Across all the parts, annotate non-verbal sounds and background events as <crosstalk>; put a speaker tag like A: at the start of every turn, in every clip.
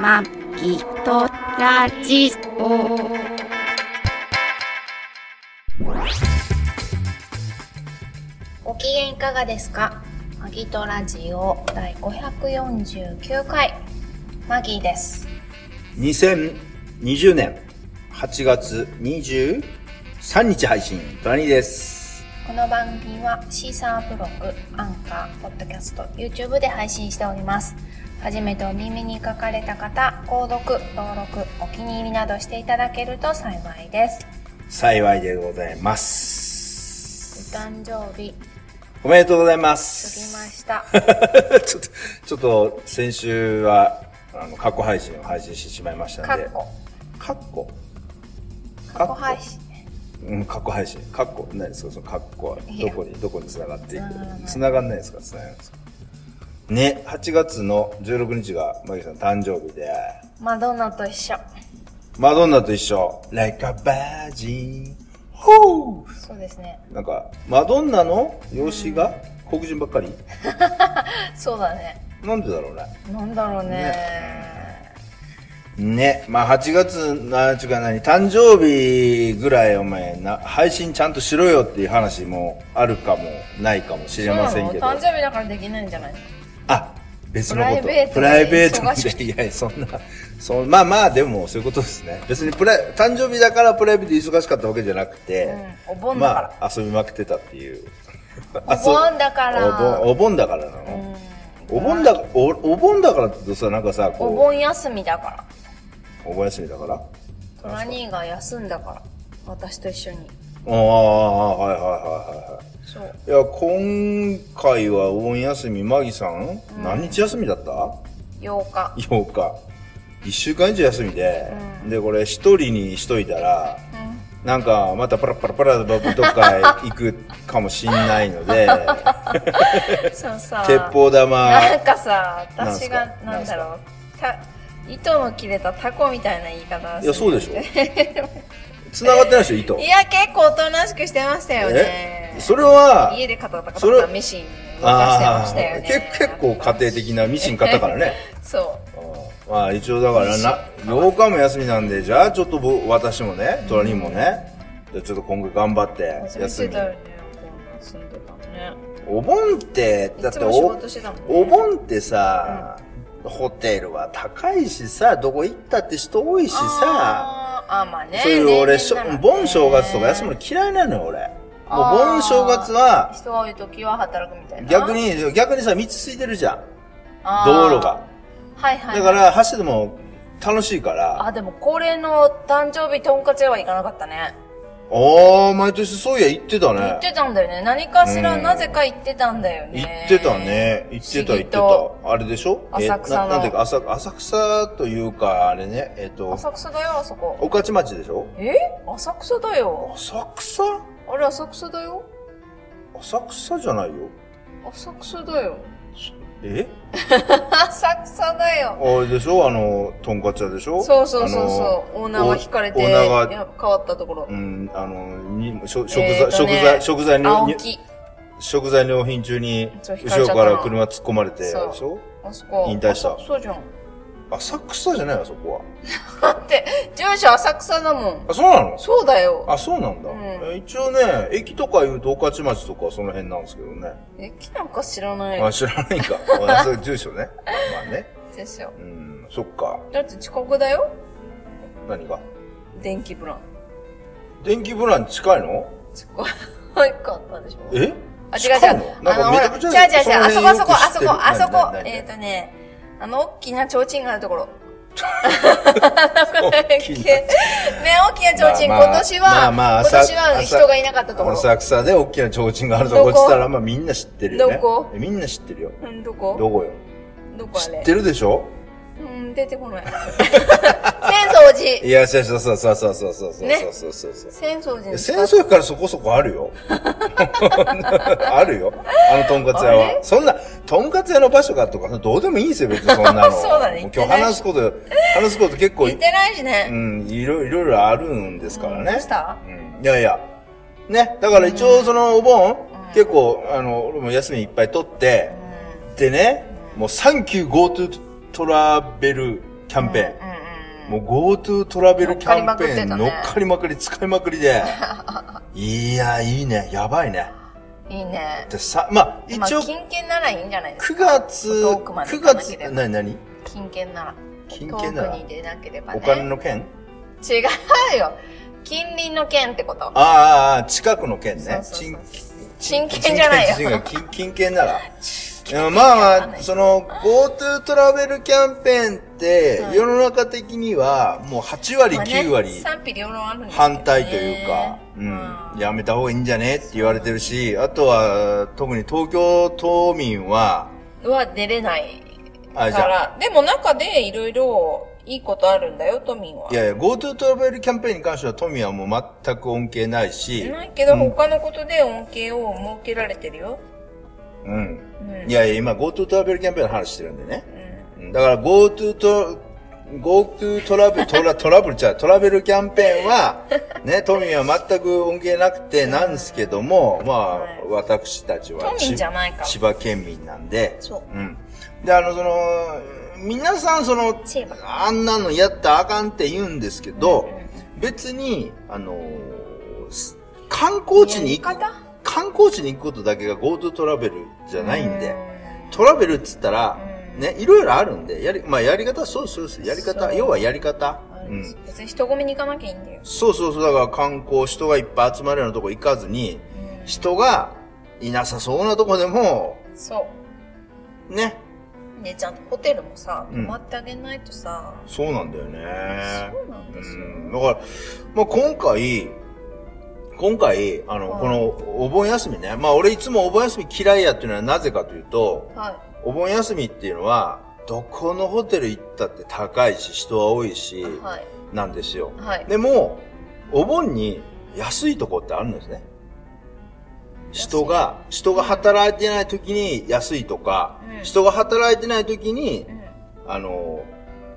A: まきとラジオ。
B: ご機嫌いかがですかマギトラジオ第549回マギーです
C: 2020年8月23日配信、トラニーです。
B: この番組はシーサーブログ、アンカー、ポッドキャスト、YouTube で配信しております初めてお耳に書かれた方、購読、登録、お気に入りなどしていただけると幸いです
C: 幸いでございます。
B: お誕生日
C: おめでとうございま。
B: 過ぎますした
C: ちょっと、 <laughs> ちょっと、先週は、あの、過去配信を配信してしまいました
B: か
C: の
B: っ
C: で。
B: こ
C: 過去
B: 過去配信
C: うん、過去配信。過去、何ですかその過去はい
B: や
C: どこに、どこに繋がってい
B: 繋がらない
C: く繋がんないですか繋がるんですかね、8月の16日が、マギさん誕生日で、
B: マドンナと一緒
C: マドンナと一緒。Like a virgin. Ho!
B: そうですね
C: なんか、マドンナの容姿が黒人ばっかり
B: そうだね
C: なんでだろうね。
B: なんだろうね
C: ね、まあ8月、なんちゅうか何、誕生日ぐらいお前な、配信ちゃんとしろよっていう話もあるかも、ないかもしれませんけど。
B: そうなの誕生日だからできないんじゃない
C: あ、別のこと。
B: プ
C: プ
B: ラ
C: ラ
B: イ
C: イ
B: ベ
C: ベ
B: ー
C: ー
B: ト
C: ト
B: で忙しく
C: で。いやいや、そんな、そんまあまあ、でもそういうことですね。別にプライ、誕生日だからプライベートで忙しかったわけじゃなくて、
B: うんお盆だから
C: まあ、遊びまくってたっていう。
B: <laughs> お盆だから
C: お盆、お盆だからなの。お盆だ、お、お盆だからってさ、なんかさ、こう、
B: お盆休みだから
C: お盆休みだから。
B: トラ兄が休んだから私と一緒に
C: ああ、はいはいはいはいはい。
B: そう
C: いや、今回はお盆休み、マギさん、何日休みだった
B: 8日
C: ?8 日。1週間以上休みで、で、これ1人にしといたら、なんか、またパラパラパラどっかへ行くかもしんないの
B: <laughs>
C: で、
B: そうさ
C: 鉄砲玉、
B: なんかさ
C: なん
B: 私
C: す
B: が
C: か
B: なんだろうた糸の切れたタコみたいな言い方
C: いや、そう
B: で
C: でしょ。繋がってないでしょ、
B: <laughs>
C: 糸。
B: いや結構おとなしくしてましたよね
C: えそれは、
B: 家でカタカタカ
C: それ
B: タミシン動かしてましたよね
C: あーけ結構家庭的なミシン買ったか
B: <laughs>
C: らね。
B: そう
C: まあ一応だからな、8日も休みなんで、じゃあちょっと僕私もね、トラニーもね、じゃあちょっと今回頑張って
B: 初め
C: 休
B: て
C: み。
B: だよね住んでたね
C: お盆って、だ
B: い
C: って
B: つも仕
C: お
B: 事してたもんね
C: お盆ってさ、ホテルは高いしさ、どこ行ったって人多いしさ、
B: あーあーまあね
C: そういう俺、しょ
B: 例年ならね
C: 盆正月とか休むの嫌いなのよ俺。も
B: あー
C: う盆正月は、
B: 人が多い時は働くみたいな
C: 逆に、逆にさ、道空いてるじゃん。
B: あー
C: 道路が。
B: はいはい
C: だから走ってても楽しいから、
B: あでも恒例の誕生日とんかつ屋は行かなかったね
C: ああ、毎年そういや行ってたね。
B: 行ってたんだよね何かしら
C: うん
B: なぜか行ってたんだよ
C: 行
B: ね
C: ってたね。行って
B: 不
C: た
B: 思
C: 行
B: 議
C: って
B: と
C: た。あれでしょ
B: 浅草の
C: えななんていうか、浅浅草というか、あれね、えっ、と、
B: 浅草だよあそこ
C: 御徒町でしょ
B: え浅草だよ
C: 浅草
B: あれ浅草だよ
C: 浅草じゃないよ。
B: 浅草だよ
C: え
B: 浅草だよ
C: あれでしょあの、とんかつ屋でしょ
B: そうそうそう
C: あ
B: そう。オーナーが惹かれて、
C: オ
B: い
C: ーナーが、
B: や変わったところ
C: う。ん、あの、にしょ食材、
B: えーと
C: 食
B: ね
C: 材、食材の
B: 青
C: に、
B: 木。
C: 食材の品中に、
B: そう引か
C: 後
B: れちゃ
C: ろ
B: った
C: から車突っ込まれて、
B: そう
C: でしょ
B: あそこ。
C: 引退した
B: 浅草じゃん。
C: 浅草じゃないよ、そこは。
B: だって、住所浅草だもん。
C: あ、そうなの
B: そうだよ。
C: あ、そうなんだ。
B: うん
C: え一応ね、駅とかいうと、御徒町とかはその辺なんですけどね。
B: 駅なんか知らな
C: あ、
B: い
C: 知らな
B: <laughs>
C: いか。あそれ住所ね。まあね。
B: ですよ。
C: うん、そっか。
B: だって近くだよ。
C: 何が。
B: 電気ブラン。
C: 電気ブラン近いの
B: 近いかったでしょ。
C: え
B: あ、違う
C: 近いの
B: 違う。
C: なん
B: あ
C: か
B: の、
C: め
B: ほ
C: ち
B: ら、
C: ゃ
B: 違う
C: く
B: 違
C: ち
B: う違う。
C: ゃ
B: あそこあそこあそこあそこ。えっ
C: え
B: とね、あの、大きな提灯があるところ。<laughs> ね、大
C: 大きな
B: きな提灯、
C: まあまあ
B: 今年
C: ま
B: は、
C: あまあ
B: 今年は
C: 朝
B: 人がいなかったところ。
C: 浅草で大きな提灯があるとこっつったら、まあみんな知ってるよね。
B: どこ
C: えみんな知ってるよ。
B: うんどこ
C: どこよ。
B: どこあ
C: 知
B: れ
C: ってるでしょ
B: うん、出てこ
C: <laughs>
B: ない。浅草
C: い
B: 寺。
C: や、そうそうそうそうそうそうそうそう
B: ね
C: そうそうそう。
B: 浅草寺です
C: 戦
B: か
C: 争やからそこそこあるよ。 <laughs> あるよ。あのとんかつ屋
B: あ
C: は。そんな、とんかつ屋の場所かとか、どうでもいいんですよ、別にそんな
B: <laughs>
C: の。
B: そうだね
C: もう
B: 言って
C: 今日
B: ない
C: 話すこと、話すこと結構、
B: 行ってないし
C: う
B: ね。
C: ん、いろいろいろあるんですから
B: ど
C: ね
B: うし。た
C: うん、いやいや。ね、だから一応そのお盆、結構、あの、俺も休みいっぱい取って、でね、もうサンキュー GoTo トラベルキャンペーン。
B: うんうん
C: もう GoTo トラベルキャンペーン
B: 乗
C: 乗
B: っ
C: っ
B: か
C: かりまくり使いまく
B: <laughs>
C: りで。いや、いいね。やばいね。
B: うん。いいね。
C: でさ、まあ、一
B: まあ、
C: 応、
B: 金券ならいいんじゃないです
C: 9月、
B: 遠くまで
C: 9
B: 行かなけ
C: 月
B: れば、
C: なになに
B: か。金券なら。
C: 金券な
B: 遠
C: ら
B: くに出なければね。
C: お金の件
B: 違うよ。近隣の券ってこと。
C: あーあー、近くの件ね。
B: そうそうそう
C: 金
B: 真剣じゃないよ。
C: 金金券
B: <laughs>
C: なら。うんまあまあ、その GoTo トラベルキャンペーンって、
B: うん
C: 世の中的にはもう8割、
B: まあね
C: 9割
B: 賛否両論あるんですけどね
C: 反対というか、うん、やめた方がいいんじゃねって言われてるし、あとは特に東京都民は、
B: は出れないか
C: あじゃあ
B: ら。でも中でいろいろいいことあるんだよ、都民は。
C: いやいや、GoTo トラベルキャンペーンに関しては都民はもう全く恩恵ないし、
B: ないけど、
C: うん
B: 他のことで恩恵を設けられてるよ。
C: うん。
B: うん。
C: いやいや、今 GoTo トラベルキャンペーンの話してるんでね。
B: うん
C: だから GoTo と、GoTo トラベル、トラ、ト <laughs> ラブルちゃう、トラベルキャンペーンは、ね、都民は全く恩恵なくてなんですけども、まあ、私たちは
B: 都民
C: ち
B: じゃないから
C: 千葉県民なんで、
B: そう
C: うん。で、あの、その、皆さんその
B: 千葉、
C: あんなのやったらあかんって言うんですけど、
B: うん
C: 別に、あの、す観光地に行
B: や
C: く
B: り方、
C: 観光地に行くことだけが GoTo トラベルじゃないんで、
B: う
C: トラベルっつったら、
B: うん
C: ね、いろいろあるんで、やり、まあやり方、そうそうそう、やり
B: そ
C: 方、
B: う
C: 要はやり方。うんん。
B: 別に人混みに行かなきゃいいんだよ。
C: そうそうそう、だから観光、人がいっぱい集まるようなとこ行かずに、人がいなさそうなとこでも、
B: そ
C: ね、
B: う。で、ちゃんとホテルもさ、
C: う
B: 泊
C: ん
B: まってあげないとさ、
C: そうなんだよね。
B: そうなんですよ。
C: うんだから、まあ、今回、今回、あの、
B: はい
C: このお盆休みね、まあ、俺いつもお盆休み嫌いやっていうのはなぜかというと、
B: はい。
C: お盆休みっていうのは、どこのホテル行ったって高いし、人は多いし、
B: はい。
C: なんですよ。
B: はい。
C: でも、お盆に安いとこってあるんですね。人が、人が働いてない時に安いとか、
B: うん
C: 人が働いてない時に
B: う、ん。
C: あの、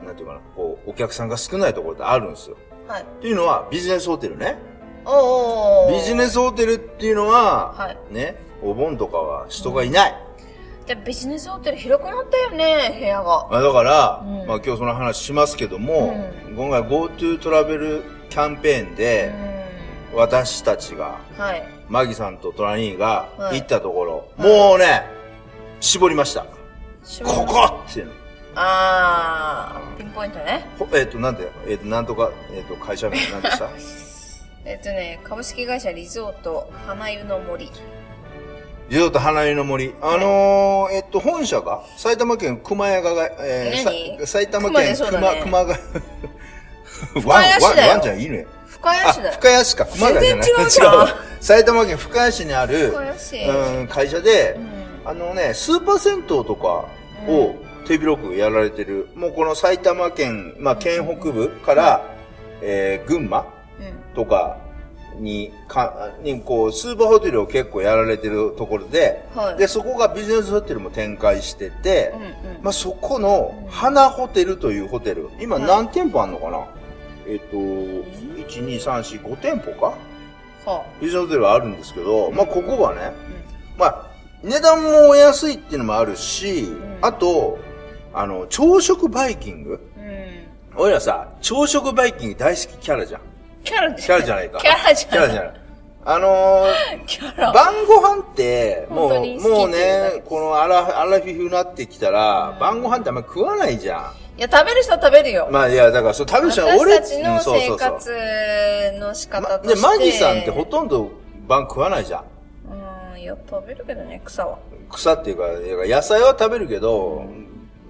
C: なんていうかな、こう、お客さんが少ないところってあるんですよ。
B: はい。
C: っていうのは、ビジネスホテルね。
B: おー。
C: ビジネスホテルっていうのは、
B: はい
C: ね、お盆とかは人がいない。
B: じゃあビジネスホテル広くなったよね、部屋が。
C: まあ、だから、
B: うん
C: まあ今日その話しますけども、
B: う
C: 今回 GoTo トラベルキャンペーンで、
B: う
C: 私たちが、
B: ん。はい。
C: マギさんとトラニーが
B: はい
C: 行ったところ、
B: はい
C: もうね、絞りました。ここっていうの。
B: あー、ピンポイントね。
C: ほえっ、と、なんて、えっ、と、なんとか、えっ、と、会社名なんでした
B: <laughs> えっとね、株式会社リゾート花湯の森。
C: リゾート花湯の森。あのー、えっ、と、本社が埼玉県熊谷が、えー
B: 何
C: さ埼玉
B: 熊で
C: 県
B: そう
C: 熊、
B: だ
C: 熊
B: ね
C: 谷。 <laughs> ワン、
B: 谷
C: ワ
B: 市
C: ン、
B: だよ
C: ワンじゃん、いいのよ。
B: 深谷市だ
C: あ
B: よ。
C: 深谷市か、熊谷じゃない。
B: 全然違うじゃん
C: 埼玉県深谷市にある、
B: 深谷市。
C: うん、会社で
B: う、ん。
C: あのね、スーパー銭湯とかを手広くやられてる、もうこの埼玉県、まあ県北部から、えー、群馬
B: うん。
C: とかに、か、に、こう、スーパーホテルを結構やられてるところで、
B: はい
C: で、そこがビジネスホテルも展開してて
B: う、んうん。
C: まあそこの、花ホテルというホテル、今
B: はい
C: 何店舗あんのかな、えっ、と、
B: ん
C: 1、2、3、4、5店舗か
B: は
C: ビジネスホテルはあるんですけど、まあここはね、
B: あうん
C: まあ、値段もお安いっていうのもあるし、
B: ん
C: あと、あの、朝食バイキング
B: うん。
C: 俺らさ、朝食バイキング大好きキャラじゃん。
B: キャラで
C: キャラじゃないか。
B: <laughs> キャラじ
C: キャ
B: ゃ
C: ラ
B: ない。
C: じゃない。あの
B: <laughs> キャ
C: ー、
B: ラ。
C: 晩ご飯って、
B: 本
C: も
B: 当
C: う、
B: に好き
C: もう
B: っていうだけ
C: ね、このアラ、アラフィフになってきたら、晩ご飯ってあんま食わないじゃ
B: いや、食べる人は食べる
C: ん。
B: よ。
C: まあいや、だから、そう、食べる人は
B: 私
C: 俺
B: たちの生活の仕方
C: ま
B: として。
C: で、マギさんってほとんど晩食わないじゃん。
B: うん、よく食べるけどね、草は。
C: 草っていうか、野菜は食べるけど、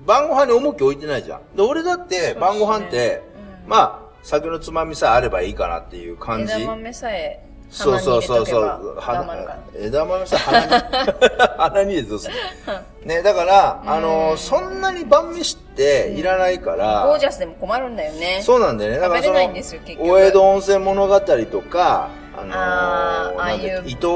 C: 晩ご飯に重き置いてないじゃん。で、俺だって晩ご飯って、まあ、酒のつまみさえあればいいかなっていう感じ。
B: 枝豆さえ
C: そ
B: 鼻
C: う
B: に入
C: そ
B: れ
C: うそ
B: と
C: う
B: け
C: そう。
B: ば黙るから。
C: <laughs> 枝豆さ、鼻に、 <laughs> 鼻に入れてどうするね、だから、あの、そんなに晩飯っていらないから、
B: ゴージャスでも困るんだよね。
C: そうなんだよね。だからそ
B: 食
C: の
B: べれないんですよ結局
C: お江戸温泉物語とか、あの
B: あーああいう
C: なんだっけ伊藤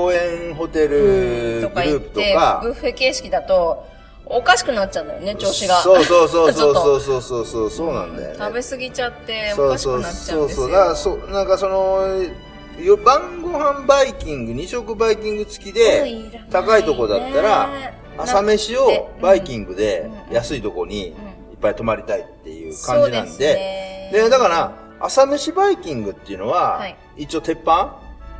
C: 園ホテル
B: と
C: グ
B: か言っ
C: ループと
B: て、
C: か、
B: ブッフェ形式だと、おかしくなっちゃうんだよね、調子が。
C: そうそうそうそうそううそうそうそうそうなんだよね。
B: 食べ過ぎちゃって、お
C: そう
B: かし
C: そ
B: く
C: う
B: なっちゃう
C: そ
B: ん
C: う
B: です
C: そ
B: よ。
C: う。だからそうなんかそのよ晩ご飯バイキング二食バイキング付き
B: うん
C: で
B: いらないね
C: 高いとこだったら朝飯をバイキングで
B: うん
C: 安いとこに
B: ん
C: ぱい泊まりたいっていう感
B: そ
C: じ
B: う
C: な
B: で
C: ん
B: す
C: で。
B: ね。
C: で、だから、朝飯バイキングっていうのは
B: はい、
C: 一応鉄板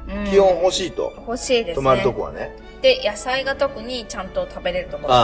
B: うん
C: 気温欲しいと。
B: 欲しいですね。
C: 泊まるとこはね。
B: で、野菜が特にちゃんと食べれるところあ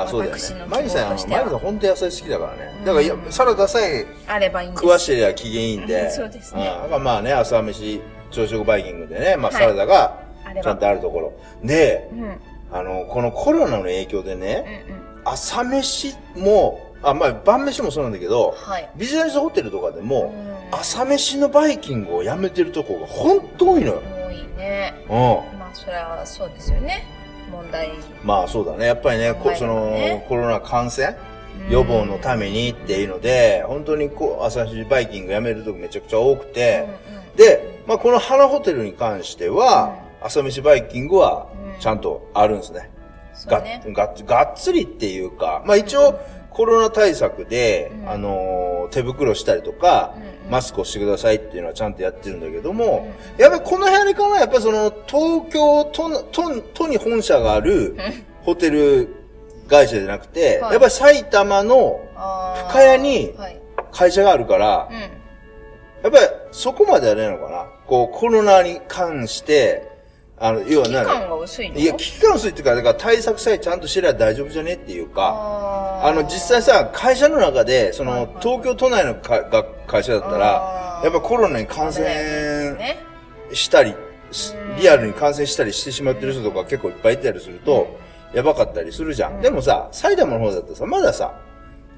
C: ああ、そうだよね
B: 私の。希望
C: マリさん、マ
B: と
C: リ
B: しては
C: さん本当野菜好きだからね
B: う。ん
C: だからいや、サラダさえ
B: ればいいんです。
C: 食わしてりゃ機嫌いいん
B: う
C: で。
B: んそうですね
C: んだからまあね、朝飯、朝食バイキングでね、まあ
B: はい
C: サラダが
B: あれ
C: ちゃん
B: ば。
C: とあるところ。で
B: う、ん。うんうん。
C: あの、このコロナの影響でね、朝飯も、あ、まあ晩飯もそうなんだけど、
B: はい。
C: ビジネスホテルとかで
B: う
C: も、
B: ん
C: 朝飯のバイキングをやめてるとこが本当多いのよ。
B: 多いね。
C: う
B: まあ、それはそうですよね。問題。
C: ん。まあそうだね。やっぱりね、こ
B: 考え
C: そ
B: ればね
C: のコロナ感染
B: うん
C: 予防のためにっていうので、本当にこう、朝日バイキングやめるとこめちゃくちゃ多くて、で、まあ、この花ホテルに関しては、朝飯バイキングは
B: うん
C: ちゃんとあるんですね。
B: そ
C: が
B: うね。
C: がっがっつりっていうか、まあ一応コロナ対策で、
B: うん
C: あのー手袋したりとか、
B: うん
C: マスクをしてくださいっていうのはちゃんとやってるんだけども、
B: う
C: やっぱりこの辺からやっぱりその東京都都都に本社があるホテル会社じゃなくて、
B: はい
C: やっぱり埼玉の
B: あー
C: 深谷に
B: はい。
C: 会社があるから
B: う、ん。
C: やっぱりそこまではないのかな。こうコロナに関して、あの、要は
B: 期
C: 何
B: 間が薄いの
C: いや、危機感薄いっていうか、だから対策さえちゃんとしてりゃ大丈夫じゃねっていうか、
B: あー
C: あの、実際さ、会社の中で、そ
B: はいは
C: の
B: い、
C: 東京都内のかが会社だったら
B: あ、ー
C: やっぱコロナに感染
B: ね。
C: したり、し
B: うん
C: リアルに感染したりしてしまってる人とか結構いっぱいいたりすると、やばかったりするじゃん。でもさ、埼玉の方だったらさ、まださ、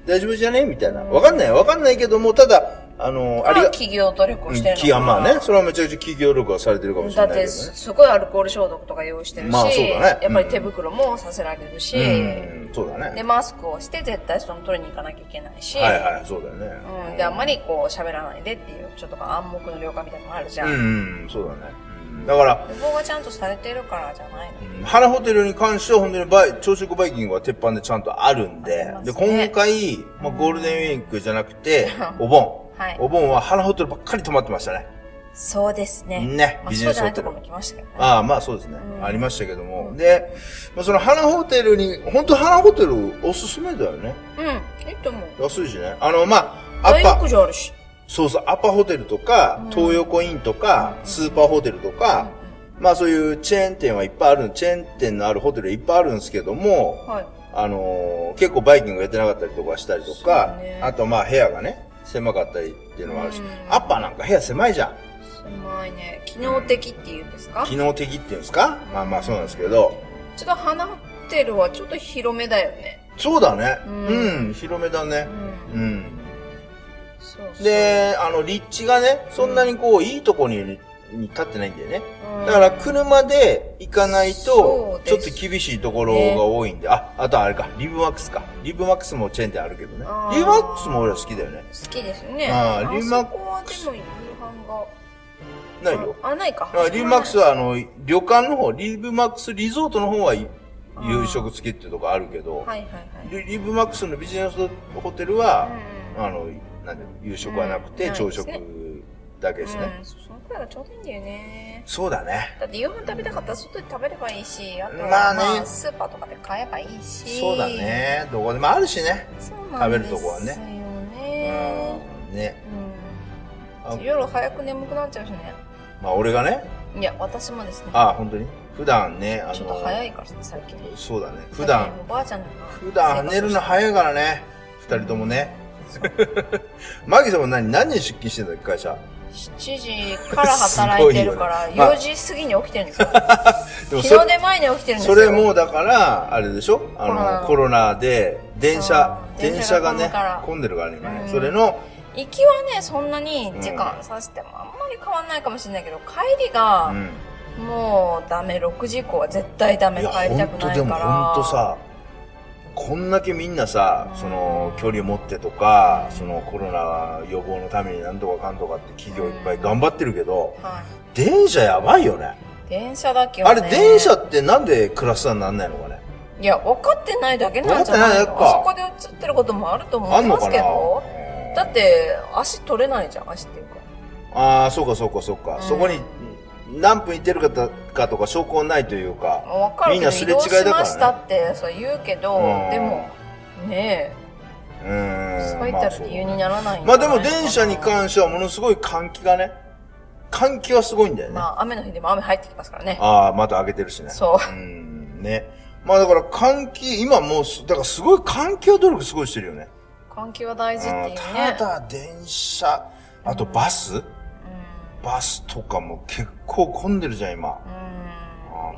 C: 大丈夫じゃねみたいな。わかんないわかんないけども、ただ、あの、あ
B: あ
C: り
B: れ
C: が、
B: 企業努力をしてるのか
C: 気
B: な
C: が、まあね、それはめちゃくちゃ企業力はされてるかもし
B: だ
C: れ
B: っ
C: ないけ
B: て
C: どね
B: す、。すごいアルコール消毒とか用意してるし、
C: まあそうだね
B: やっぱり手袋もさせられるし、
C: うん、そうだ
B: で、
C: ね。
B: マスクをして絶対その取りに行かなきゃいけないし、
C: はいはい、そうだよね。
B: うん、で、あんまりこう喋らないでっていう、ちょっと暗黙の了解みたいなのもあるじゃん。
C: うん、そうだね。だから、
B: 予防がちゃんとされてるからじゃないの
C: 原ホテルに関しては本当にバイ朝食バイキングは鉄板でちゃんとあるん
B: あ
C: で
B: りま、す
C: で、
B: ね
C: 今回、まあ、ゴールデンウィークじゃなくて、お盆。
B: はい
C: お盆は原ホテルばっかり泊まってましたね。
B: そうですね。
C: ね
B: まあ、
C: ビジ
B: そう
C: ネ
B: じ
C: ス
B: ゃな
C: ホ
B: いと
C: テ
B: こ
C: ル
B: ろ。も来ましたけどね。
C: ああ、まあそうですね
B: う。ん
C: ありましたけども。で、まあ、その原ホテルに、本当原ホテルおすすめだよね。
B: うん、いいと思う。
C: 安いしね。あの、まあ、ア
B: 大
C: ッパ
B: 浴、場あるし。
C: そうそう、アッパホテルとか、東横インとか、スーパーホテルとか、まあそういうチェーン店はいっぱいある、チェーン店のあるホテルいっぱいあるんですけども、
B: はい。
C: あのー結構バイキングやってなかったりとかしたりとか、
B: そうね
C: あとまあ部屋がね、狭かったりっていうのもあるし、
B: うん
C: アッパーなんか部屋狭いじゃん。
B: すごいね。機能的っていうんですか
C: 機能的っていうんですかまあまあそうなんですけど、
B: ちょっと花ホテルはちょっと広めだよね。
C: そうだね。
B: うん
C: うん、広めだね
B: う。ん。
C: うん。
B: そうそう。
C: で、あの、立地がね、そんなにこう、いいとこに、に立ってないんだよね。
B: うん、
C: だから車で行かない
B: そ
C: と
B: う、
C: ちょ
B: で
C: っ
B: す
C: と厳しいところが多いんで、あ、あとあれか、リブマックスか。リブマックスもチェーン店あるけどね
B: あ。ー
C: リブマックスも俺は好きだよね。
B: 好きですね。
C: あーリ
B: リ
C: ュウ
B: ュ
C: マッ
B: そこは
C: ク
B: で
C: ス
B: も夕飯が。
C: ないよ。
B: あ、あないか。
C: あリブマックスはあの、旅館の方、リブマックスリゾートの方はい
B: あー
C: 夕食付きってとこあるけど、
B: はいはいはい。
C: リリブマックスのビジネスホテルは、
B: うん
C: あの、なんだろう夕食はなくて
B: うん
C: 朝食
B: ない
C: だけですね。
B: うん、そそのくらいがちょうどいいんだよね。
C: そうだね。
B: だって夕飯食べたかったら外で食べればいいし、あとは
C: ま
B: ま
C: あ
B: あ、
C: ね
B: スーパーとかで買えばいいし。
C: そうだ。ね。どこでもあるしね。
B: そうなんですよね。
C: 食べるとこはねうんね。あ
B: うん。夜早く眠くなっちゃうしね。
C: まあ俺がね、
B: いや、私もですね。
C: あ、本当に普段ね、あの、
B: ちょっと早いからさ、最近。
C: そうだね。普
B: だから
C: 段、
B: もうばあちゃんだな
C: 普段寝るの早いからね。二人ともね。マギさんも何、何時に出勤してんだっけ、会社。
B: 7時から働いてるか
C: す
B: ら、
C: ごいよね
B: 4時過ぎに起きてるんですよ。
C: でも
B: 日の
C: そ、
B: 出前に起きてるんです
C: そ
B: よ。
C: れもうだから、あれでしょ
B: ロナ
C: あの、コロナで、電車
B: う、ん
C: 電車が
B: 電
C: ね
B: 車が混むから、
C: 混んでるからね、今
B: う
C: ね。
B: ん
C: それの、
B: 行きはね、そんなに時間さしてもあんまり変わんないかもしれないけど、帰り
C: う
B: が、
C: ん。
B: もうダメ、6時以降は絶対ダメ、
C: いや、
B: 帰りたく
C: 本当
B: ない
C: で
B: か
C: も
B: ら。
C: 本当さ、こんだけみんなさ、
B: うん
C: その距離を持ってとか、そのコロナ予防のためになんとかかんとかって企業いっぱい頑張ってるけど、
B: は
C: 電車やばいよね。
B: い。電車だけは
C: あ
B: ね。
C: れ電車ってなんでクラスターになんないのかね。
B: いや、分かってないだけなんじゃない
C: 分か
B: の
C: ってないだ
B: あ
C: け
B: そ
C: か
B: こで映ってることもあると思
C: あ
B: い
C: ん
B: ま
C: のか
B: す
C: な
B: けど。だっ
C: うん
B: て、足取れないじゃん、足っていうか。
C: ああ、そうかそうかそうか。
B: うん
C: そこに何分行ってるかとかとか証拠はないというか。
B: わかる
C: みん
B: け
C: な
B: ど、
C: す
B: 移
C: れ違い
B: 動
C: だか
B: し
C: らね
B: ましたって、そう言うけど
C: うん、
B: でも、ねえ、
C: うーん。
B: そういった理由にならないんじ
C: ま
B: ゃ
C: あ
B: な
C: で
B: い
C: も電車に
B: して。
C: 関してはものすごい換気がね、換気はすごいんだよね。
B: まあ雨の日でも雨入ってきますからね。
C: ああ、窓開けてるしね。。
B: そう
C: ん、ね。まあだから換気、今もうす、だからすごい換気は努力すごいしてるよね。
B: 換気は大事っていうね。
C: うんただ電車、あとバス、バスとかも結構混んでるじゃん、今。
B: うん
C: うん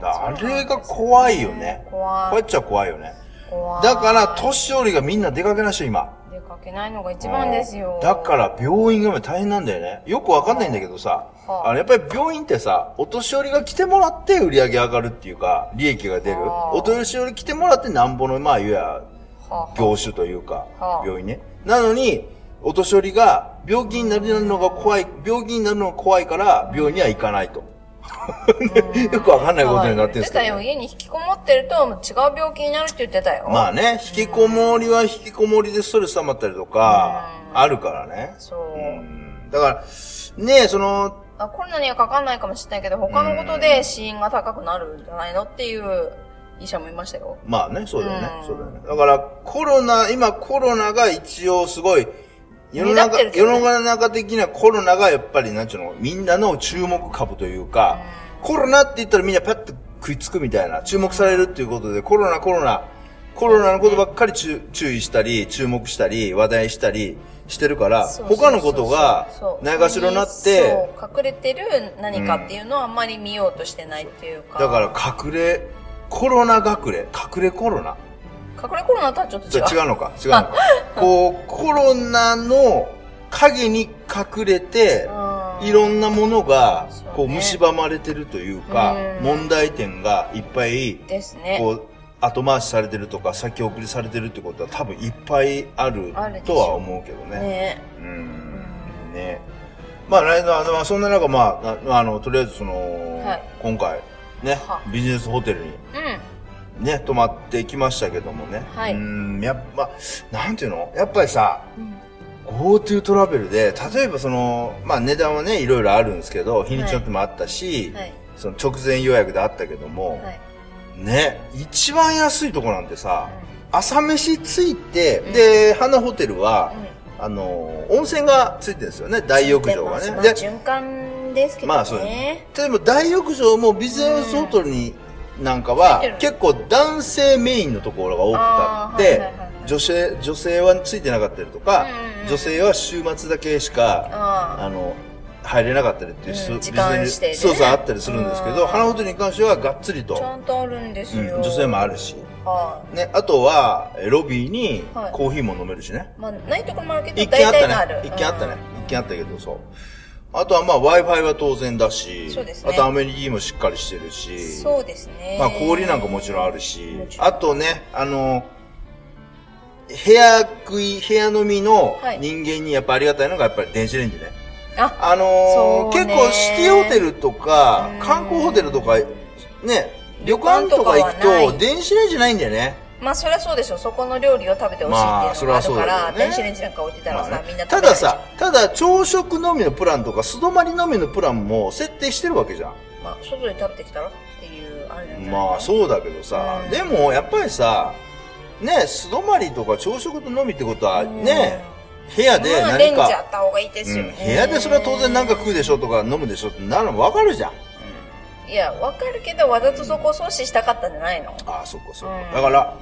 C: だからあれが怖いよね。
B: 怖い
C: 怖いっちゃ怖いよね。
B: 怖い
C: だから、年寄りがみんな出かけないでしょ、今。
B: 出かけないのが一番ですよ。
C: だから病院が今大変なんだよね。よくわかんないんだけどさ、
B: はあ
C: あのやっぱり病院ってさ、お年寄りが来てもらって売り上げ上がるっていうか、利益が出る。
B: はあ
C: お年寄り来てもらってなんぼの、まあ、いわゆる
B: はあ、
C: 業種というか
B: はあ、
C: 病院ね。なのに、お年寄りが病気になるのが怖い、病気になるのが怖いから、病院には行かないと。 <laughs> よくわかんないことになってるんですけど
B: 言ってたよ、家に引きこもってると違う病気になるって言ってたよ。
C: まあね、引きこもりは引きこもりでストレス溜まったりとか、あるからね。
B: そう。
C: うんだから、ねその、
B: あコロナにはかかんないかもしれないけど、他のことで死因が高くなるんじゃないのっていう医者もいましたよ。
C: まあね、そうだよね。
B: うん
C: そうだよね。だから、コロナ、今コロナが一応すごい、世の
B: 目立
C: 中、
B: ってるけ
C: 世
B: どね
C: の中的にはコロナがやっぱり、なんちゅうの、みんなの注目株というか、コロナって言ったらみんなパッと食いつくみたいな、注目されるっていうことで、コロナ、コロナ、コロナのことばっかり注注意したり、注目したり、話題したりしてるから、
B: そうそうそう
C: 他のことが
B: そう
C: ないがしろになって、
B: そう隠れてる何かっていうのをあんまり見ようとしてないっていうか。
C: だから隠れ、コロナ隠れ、隠れコロナ。
B: 隠れコロナとはちょっと
C: じ
B: 違
C: ゃあ
B: う。
C: 違うのか、違うの
B: <laughs>
C: か。こう、コロナの影に隠れて、
B: うん
C: いろんなものが
B: そうね、
C: こう、蝕まれてるというか
B: う、ん
C: 問題点がいっぱい、
B: ですね。
C: こう、後回しされてるとか、先送りされてるってことは多分いっぱいある
B: あるでしょ
C: とは思うけどね。
B: ね
C: うん。ね。まあ、来年あのそんな中、まああ、あの、とりあえずその、
B: はい
C: 今回、ね
B: は、
C: ビジネスホテルに
B: う
C: ね、泊まってきましたけどもね。
B: はい
C: うん、やっぱ、なんていうのやっぱりさ、
B: ん。うん。
C: GoTo トラベルで、例えばその、まあ値段はね、いろいろあるんですけど、日にちによってもあったし、
B: はい。
C: その直前予約であったけども、
B: はい。
C: ね、一番安いとこなんてさ、
B: う
C: 朝飯ついて、
B: ん
C: で、花ホテルは
B: ん、うん
C: あの、温泉がついてるんですよね、大浴場が
B: でま
C: ね。
B: あ
C: で、
B: 循環ですけどね。
C: まあそうですね。例えば大浴場もビジネスホテルになんかは
B: ついてる
C: 結構男性メインのところが多くたっ
B: あーはいはいは
C: て
B: いはい、
C: 女性、女性はついてなかったりと
B: う
C: か
B: んうんう、ん
C: 女性は週末だけしか、
B: あ
C: あの、入れなかったりっていう
B: うん
C: す、
B: 時間
C: ビ
B: 指
C: ジ
B: 定
C: ネ
B: でね
C: スそうそうあったりするんですけ
B: う
C: ど、
B: ん
C: 花ホテルに関してはがっつり
B: あ。
C: と
B: ち、ゃんとあるんです
C: うん
B: よ。
C: 女性もあるし。
B: は
C: ね、あとは、えロビーに
B: はい
C: コーヒーも飲めるしね。
B: い。まあ、ないところもあるけど、
C: 一軒あ
B: 大
C: った
B: 体がある。
C: ね。一軒あったね
B: うん。
C: 一軒あったけど、そう。あとはまあ Wi-Fi は当然だし、
B: そうです
C: あ
B: ね
C: とアメニティもしっかりしてるし、
B: そうですね。
C: まあ氷なんかもちろんあるし
B: もち、ろん
C: あとね、あの、部屋食い、部屋飲みの
B: はい
C: 人間にやっぱありがたいのがやっぱり電子レンジね。
B: あ、
C: あのー
B: そう
C: 結
B: ね
C: 構シティホテルとか
B: うん、
C: 観光ホテルとか、ね、旅館
B: 館
C: と
B: とかは
C: か行
B: ない
C: くと、電子レンジないんだよね。
B: まあ、そりゃそうでしょ。そこの料理を食べてほしい
C: まあ
B: っていうのがあるか
C: そりゃそうだよ
B: ら、
C: ね
B: 電子レンジなんか置いてたら
C: まあ
B: さ
C: ね、
B: みんな食
C: た
B: べない
C: だ
B: じゃん
C: さ、ただ朝食のみのプランとか素泊まりのみのプランも設定してるわけじゃん。
B: まあ、外で食べてきたらっていう、あれなんじゃない
C: まあそうだけどさ、
B: うん
C: でもやっぱりさ、ね、素泊まりとか朝食のみってことは
B: うん
C: ね、部屋で
B: まあ、レン
C: 何
B: ジあ
C: か、
B: った方がいいです
C: う
B: よ
C: ん
B: ね。
C: 部屋でそれは当然何か食うでしょうとか飲むでしょうってなるの分かるじゃん。
B: いや、わかるけど、わざとそこを阻止したかったんじゃないの
C: ああ、そっかそっ
B: うん
C: か。だから、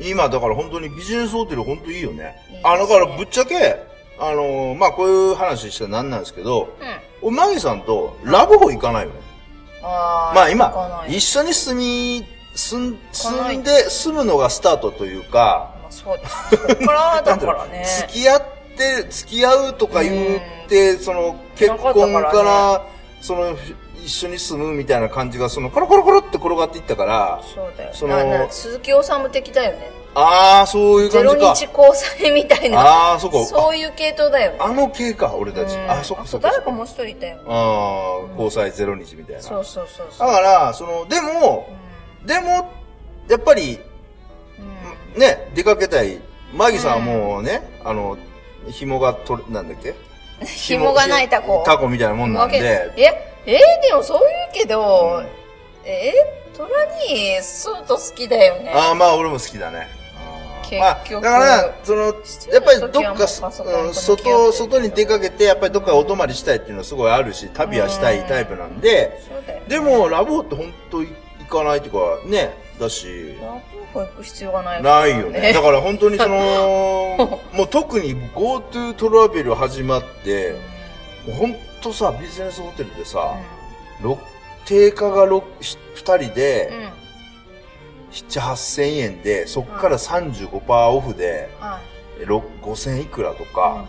C: 今だから本当にビジネスホテル本当いいよね
B: いいで。すね
C: あ、だからぶっちゃけ、あのー、まあこういう話したらなんなんですけど、
B: うん。
C: 俺マギさんとラブホ行かないよね。
B: あー
C: まあ
B: 行か
C: 今
B: な、い
C: 一緒に住み、住ん、
B: かな
C: 住
B: い
C: んで、住むのがスタートというか、。
B: まあ、そうです。ここからだからね
C: <laughs> 付き合って、付き合うとか言って、その、結
B: なかったから
C: 婚
B: ね
C: から、その、一緒に住むみたいな感じが、その、コロコロコロって転がっていったから、
B: そうだよ。
C: そ
B: そ
C: の
B: の鈴木治む的だよね。
C: ああ、そういう
B: ゼ
C: 感
B: ロ
C: じか。
B: 日交際みたいな。
C: ああ、そうか。
B: そういう系統だよね。
C: ああの系か、俺たち。
B: うん
C: あ、そっかそっか。
B: 誰かもう一人いたよ。
C: ああ、交際ゼロ日みたいな。だ
B: そうそうそうそう。
C: から、その、でも、でも、やっぱり、
B: うんうん
C: ね、出かけたい。マギさんはもうね、あの、紐が取れ、なんだっけ
B: 紐がないタコ。
C: タコみたいなもんなんで。
B: え、えーでもそう言うけど、えー、トラニー、スート好きだよね。
C: ああ、まあ俺も好きだね。あ
B: 結
C: まあ、だ
B: 局
C: から、その、やっぱりどっか、
B: 必要な時はもうパソコンと
C: うん
B: 向き合って
C: 外、外に出かけて、やっぱりどっかお泊まりしたいっていうのはすごいあるし、旅はしたいタイプなんで、
B: そうだよ
C: でも、ラブホって本当行かないっていうか、ね、だし、
B: ラブホ行く必要がない
C: ないよね。だから本当にその、
B: <laughs>
C: もう特に GoTo トラベル始まって、もう本当さ、ビジネスホテルでさ、ろ定価がろひ2人
B: うん、うん
C: で7、8000円で、そっから35%オフで、
B: はい
C: ろ5000いくらとか、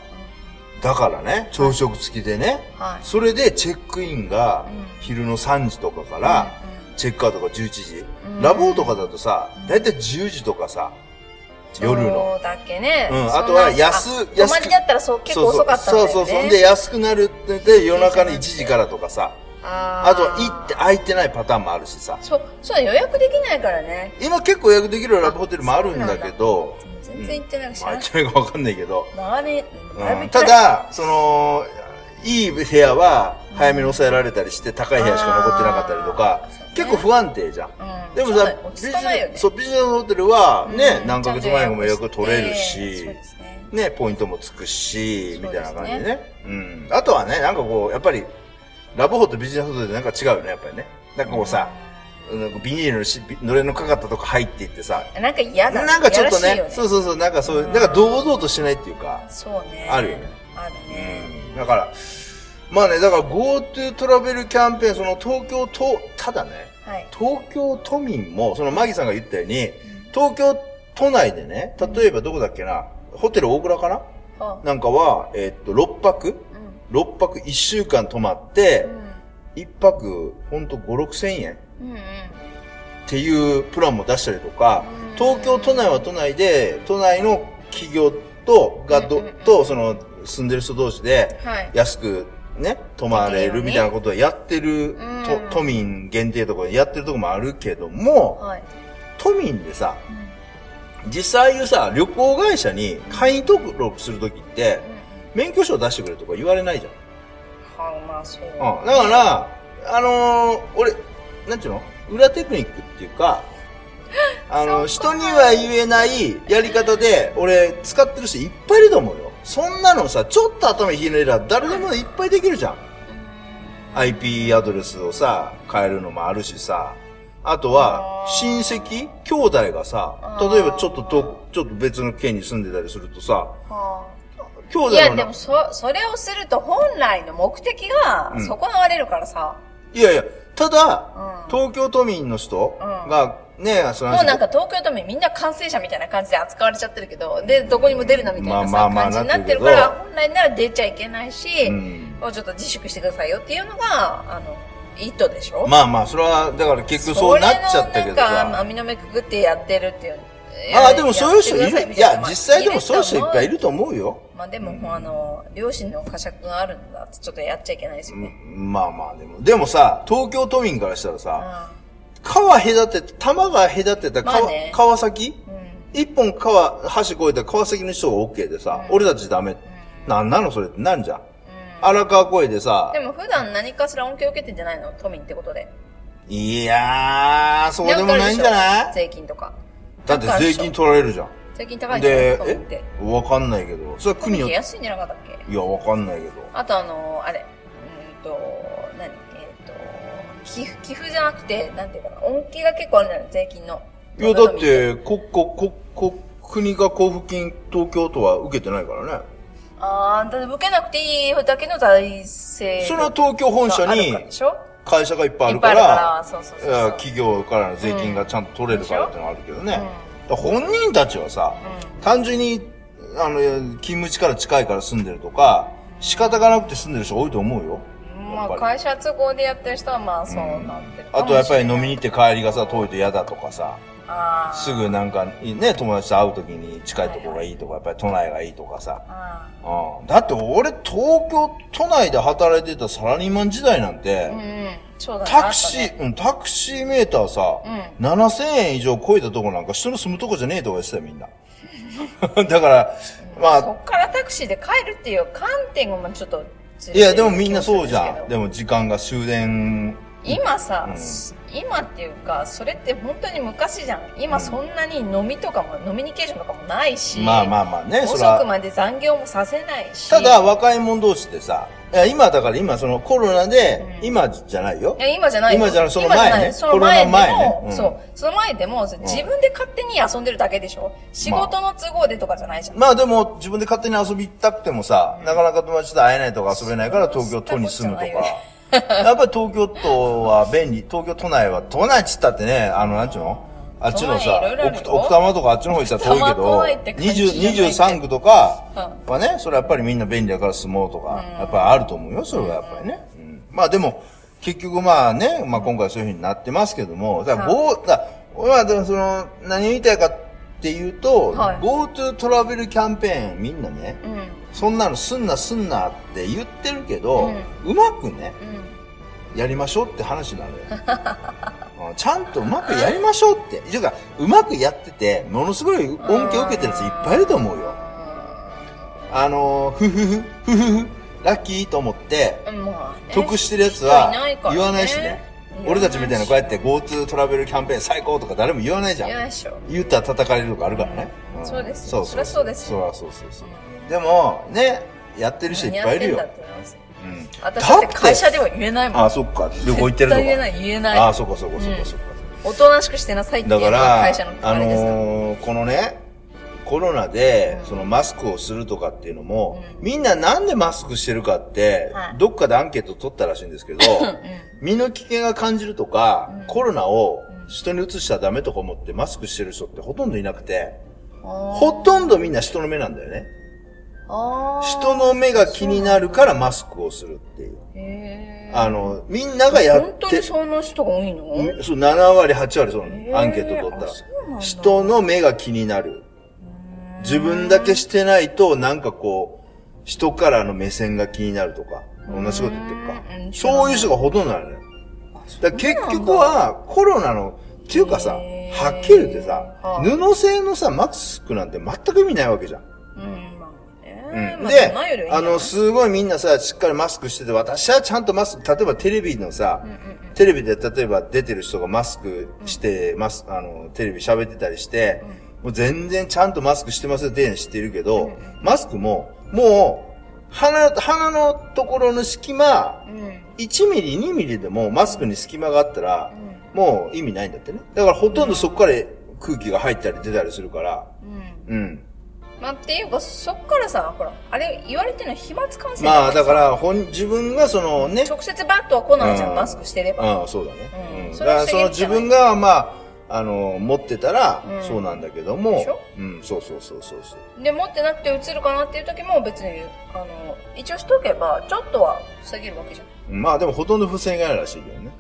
C: だからね、朝食付きでね、
B: はい
C: それでチェックインが
B: うん
C: 昼の3時とかから、チェックアウトが11時。
B: うん
C: ラボとかだとさ、だいたい10時とかさ、夜の。
B: そうだっけね
C: うん
B: そな
C: あとは安
B: あ
C: 安く
B: 泊まりだったらそう結構遅かったんだよね
C: そうそうそうそう。で、安くなるって言って夜中の1時からとかさ、
B: あー
C: あとは行って空いてないパターンもあるしさ。
B: そうそう予約できないからね
C: 今結構予約できるラブホテルもあるんだけど、
B: 全然行ってないし、
C: まあ
B: ら
C: 行ってないかわかんないけど、
B: 長年だいぶ
C: う
B: 行
C: ん
B: ってな
C: た
B: い
C: だ、その、いい部屋は早めに抑えられたりして高い部屋しか残ってなかったりとか
B: あー、
C: 結構不安定じゃん。
B: うん
C: でも
B: そう
C: さ
B: だよ、落
C: ビ
B: ち
C: ジ
B: 着かないよ
C: ネ
B: ね
C: ス、そう、ビジネスホテルはね、何ヶ月前にも予
B: ちゃ
C: 約
B: んと予
C: 取れる
B: 約して
C: し
B: そう、ですね
C: ね、ポイントもつくし、みたいな感じで
B: そう
C: ね。うん。あとはね、なんかこう、やっぱり、ラブホとビジネスホテルでなんか違うよね、やっぱりね。なんかこうさ、なんかビニールのし、びのれんのかかったとこ入っていってさ、
B: なんか嫌だ
C: なんかちょっと
B: いや
C: ね
B: ら、しい
C: そ
B: よ
C: うそうそう、なんかそういう、なんか堂々としないっていうか、
B: そうね
C: あるよね
B: あるね
C: うんだから、まあね、だから GoTo トラベルキャンペーン、その東京都、ただね、
B: はい
C: 東京都民も、そのマギさんが言ったように、東京都内でね、例えばどこだっけな、ホテル大倉かな
B: あ
C: なんかは、えっと、6泊
B: うん
C: 6泊1週間泊まって、1泊ほんと5、6千円っ
B: うんうんうん
C: ていうプランも出したりとか、
B: うん
C: 東京都内は都内で、都内の企業と、がど、
B: うんうんうん
C: と、その、住んでる人同士で、
B: はい
C: 安くね、泊まれるみたいなことをやってる、
B: うん
C: と都民限定とかでやってるとこもあるけども、
B: はい
C: 都民でさ、実際いうさ、旅行会社に会員登録するときって、免許証出してくれとか言われないじゃん。
B: はあまあそう
C: うん、だから、あのー俺、なんちゅうの裏テクニックっていう
B: <laughs>
C: か、あの、人には言えないやり方で、俺、使ってる人いっぱいいると思うよ。そんなのさ、ちょっと頭ひねれば誰でもいっぱいできるじゃん。IP アドレスをさ、変えるのもあるしさ、あとは、親戚兄弟がさ、例えばちょっとと、ちょっと別の県に住んでたりするとさ、
B: はあ
C: 兄弟の
B: いや、で
C: な
B: も、そ、それをすると本来の目的が
C: うん
B: 損なわれるからさ。
C: いやいや、ただ、
B: うん
C: 東京都民の人が、ね、その
B: もうなんか東京都民みんな感染者みたいな感じで扱われちゃってるけど、で、どこにも出るなみたいな
C: まあ
B: さ
C: まあまあ
B: 感じになってる
C: な
B: か
C: ってるけ
B: ら、本
C: ど
B: 来なら出ちゃいけないし、
C: うん
B: もうちょっと自粛してくださいよっていうのが、あの、意図でしょ
C: まあまあ、それは、だから結局そうなっちゃったけ
B: それのなん
C: ど
B: か、
C: さ。
B: 網の目くぐってやってるっていう。
C: ああ、でもそういう人
B: やっ
C: い
B: てくださ
C: る。
B: み
C: い
B: たな
C: や、
B: まあ
C: 実際でもそういう人いっぱいい
B: る
C: ると思うよ。
B: と思う。まあでも、あの、両親の呵責があるんだってちょっとやっちゃいけないですよね。
C: まあまあ、でも。でもさ、東京都民からしたら
B: うん
C: さ、川隔て、玉が隔てた川,、
B: まあね
C: 川崎
B: うん
C: 一本川、橋越えた川崎の人が OK でさ、俺たちダメ。なんなのそれってなんじゃん。荒川越えでさ、
B: でも普段何かしら恩恵を受けてんじゃないの都民ってことで。
C: いやー、そうでもないんじゃ
B: わかる
C: な
B: で
C: い
B: しょ税金とか。
C: だって税金取られるじゃん。
B: 税金高いんじゃない
C: で
B: 都民って。、
C: えわかんないけど。それは
B: 都民
C: 国
B: っ
C: よ。
B: て
C: い
B: 安いんじゃなかったっけ
C: や、わかんないけど。
B: あとあのー、あれ、うーんと、何えっ、と、寄付、寄付じゃなくて、なんていうかな、恩恵が結構あるんじゃない税金の。
C: いや、だっ。て、こ、こ、こ、こ、国が交付金、東京都は受けてないからね。
B: あー、だって受けなくていいだけの財政。
C: それは東京本社
B: がある
C: に
B: からでしょ
C: 会社がいっぱいあ
B: いっ
C: る
B: ぱいあ
C: か
B: るから、
C: ら、
B: そうそうそう
C: え
B: そ
C: ー
B: う。
C: 企業からの税金がちゃんと取れるからってのはあるけどね。だ
B: うん
C: から本人たちはさ、単純に、あの、勤務地から近いから住んでるとか、仕方がなくて住んでる人多いと思うよ。
B: ま
C: やっぱ
B: あ
C: り
B: 会社都合でやってる人はまあそうなってるか
C: あ
B: も
C: と
B: しれない
C: やっぱり飲みに行って帰りがさ、遠いと嫌だとかさ、
B: あー
C: すぐなんか、ね、友達と会うときに近いところがいいとか、やっぱり都内がいいとかさ。
B: あ
C: うん。だって俺、東京都内で働いてたサラリーマン時代なんて、
B: ーうん、そうだね
C: タクシ
B: あったね
C: ー、うん、タクシーメーターさ、
B: う
C: 7000円以上超えたとこなんか人の住むとこじゃねえとか言ってたよ、みん
B: <laughs>
C: な。だから、ま
B: そ
C: あ、
B: っからタクシーで帰るっていう観点がまあちょっとずれ
C: い
B: てる
C: や、でもみんなそうじ
B: 気
C: ゃん。
B: がする
C: でも時間が終電
B: 今さ、
C: うん
B: 今っていうか、それって本当に昔じゃん。今そんなに飲みとかも、飲みニケーションとかもないし、
C: まあまあまあね、それ
B: 遅く
C: は。
B: まで残業もさせないし。
C: ただ、若い者同士ってさ、いや今だから今そのコロナで、
B: うん
C: 今じゃないよ
B: い。や、今じゃないよ。
C: 今じゃないその前ね
B: 今じゃないその前で
C: コロナ前ね
B: も、
C: うん
B: そう。その前でも、自分で勝手に遊んでるだけでしょ仕事の都合でとかじゃないじゃん。
C: まあでも、自分で勝手に遊び行きたくてもさ、なかなか友達と会えないとか遊べないから東京都に住むとか
B: そうそう。
C: やっぱり東京都は便利、 <laughs> 東京都内は、都内っつったってね、あの、なんちゅうのあっちのさ
B: 都内いろいろあるよ
C: 奥、奥多摩とかあっちの方行ったら遠い
B: 奥多摩都内って
C: けど、
B: 感じじゃないけど
C: 20 23区とか
B: うん
C: はね、それはやっぱりみんな便利だから住もうとか、やっぱりあると思うよ、それはやっぱりね。うんまあでも、結局まあね、まあ今回そういうふうになってますけども、だから
B: はい
C: Go、だ俺はでもその、何を言いたいかっていうと、
B: はい
C: GoTo トラベルキャンペーンみんなね、
B: うん。うん。
C: そんなのすんなすんなって言ってるけど、うまくね、やりましょうって話なのよ。うんちゃんとうまくやりましょうって。ていうか、うまくやってて、ものすごい恩恵を受けてる人いっぱいいると思うよ。あのー、ふふふ、ふふふ、ラッキーと思って、
B: うん。まあね。
C: 得してるやつは
B: 人いないからね
C: 言わないしね。俺たちみたいなこうやって GoTo トラベルキャンペーン最高とか誰も言わないじゃん
B: 言わ。ないでしょ。
C: 言ったら叩かれるとかあるからね。ん
B: そうです
C: そう
B: そりゃそうです
C: そりゃそうそうそう。でも、ね、やってる人いっぱいいるよ
B: 何や。ってんだって思います
C: うん
B: 私だって会社では言えないもん。
C: あ、そっか。旅行行ってるとか。
B: 絶対言えない、言えない。
C: あ、そっかそっかそっかそっか。
B: おとなしくしてなさいっていう
C: だ
B: の
C: か
B: が
C: ら、
B: 会社の
C: あ
B: あれですから。
C: のーこのね、コロナで、そのマスクをするとかっていうのも、みんななんでマスクしてるかって、
B: はい
C: どっかでアンケート取ったらしいんですけど、 <laughs> 身の危険が感じるとか、コロナを人に移したらダメとか思ってマスクしてる人ってほとんどいなくて、ほとんどみんな人の目なんだよね。
B: あー
C: 人の目が気になるからマスクをするっていう。
B: へー
C: あの、みんながや
B: 本
C: っ
B: 当
C: て
B: に、その人が多いの
C: うんそう、7割、8割、その、
B: へー
C: アンケート取った
B: あそうなん
C: ら。
B: だ
C: 人の目が気になる。自分だけしてないと、なんかこう、人からの目線が気になるとか、同じこと言ってるか
B: うんう。ん
C: そういう人がほとんどなのよ。だから結局は、コロナの、っていうかさ、
B: へー
C: はっきり言ってさ
B: は、い
C: 布製のさ、マスクなんて全く意味ないわけじゃん。
B: うん、まあね
C: うん
B: まあ
C: で
B: 前より、はいい
C: あ
B: んじゃない
C: の、すごいみんなさ、しっかりマスクしてて、私はちゃんとマスク、例えばテレビのさ、テレビで例えば出てる人がマスクして、マス、あの、テレビ喋ってたりして、もう全然ちゃんとマスクしてますよっていうのは知ってるけど、マスクも、もう、鼻、鼻のところの隙間、1ミリ、2ミリでもマスクに隙間があったら、もう意味ないんだってね。だからほとんどそこから空気が入ったり出たりするから、
B: うん、うん。
C: うん。
B: まあっていうか、そっからさ、ほら、あれ言われてるのは飛沫感染
C: まあだからら、ほん、自分がそのね、
B: 直接バッとは来ないじゃ
C: うん
B: ん、マスクしてれば。
C: ああそうだね、
B: うん
C: うん、だ
B: そ
C: か
B: れは
C: らその
B: 防
C: 自
B: げる
C: 分
B: ん
C: がまああの持ってたら、
B: うん
C: そうなんだけど
B: で
C: も
B: しょ
C: うんそうそうそうそうそう
B: で、持ってなくて映るかなっていう時も別に、あの、一応しとけば、ちょっとは防げるわけじゃん。
C: まあでもほとんど不正がないらしいけどね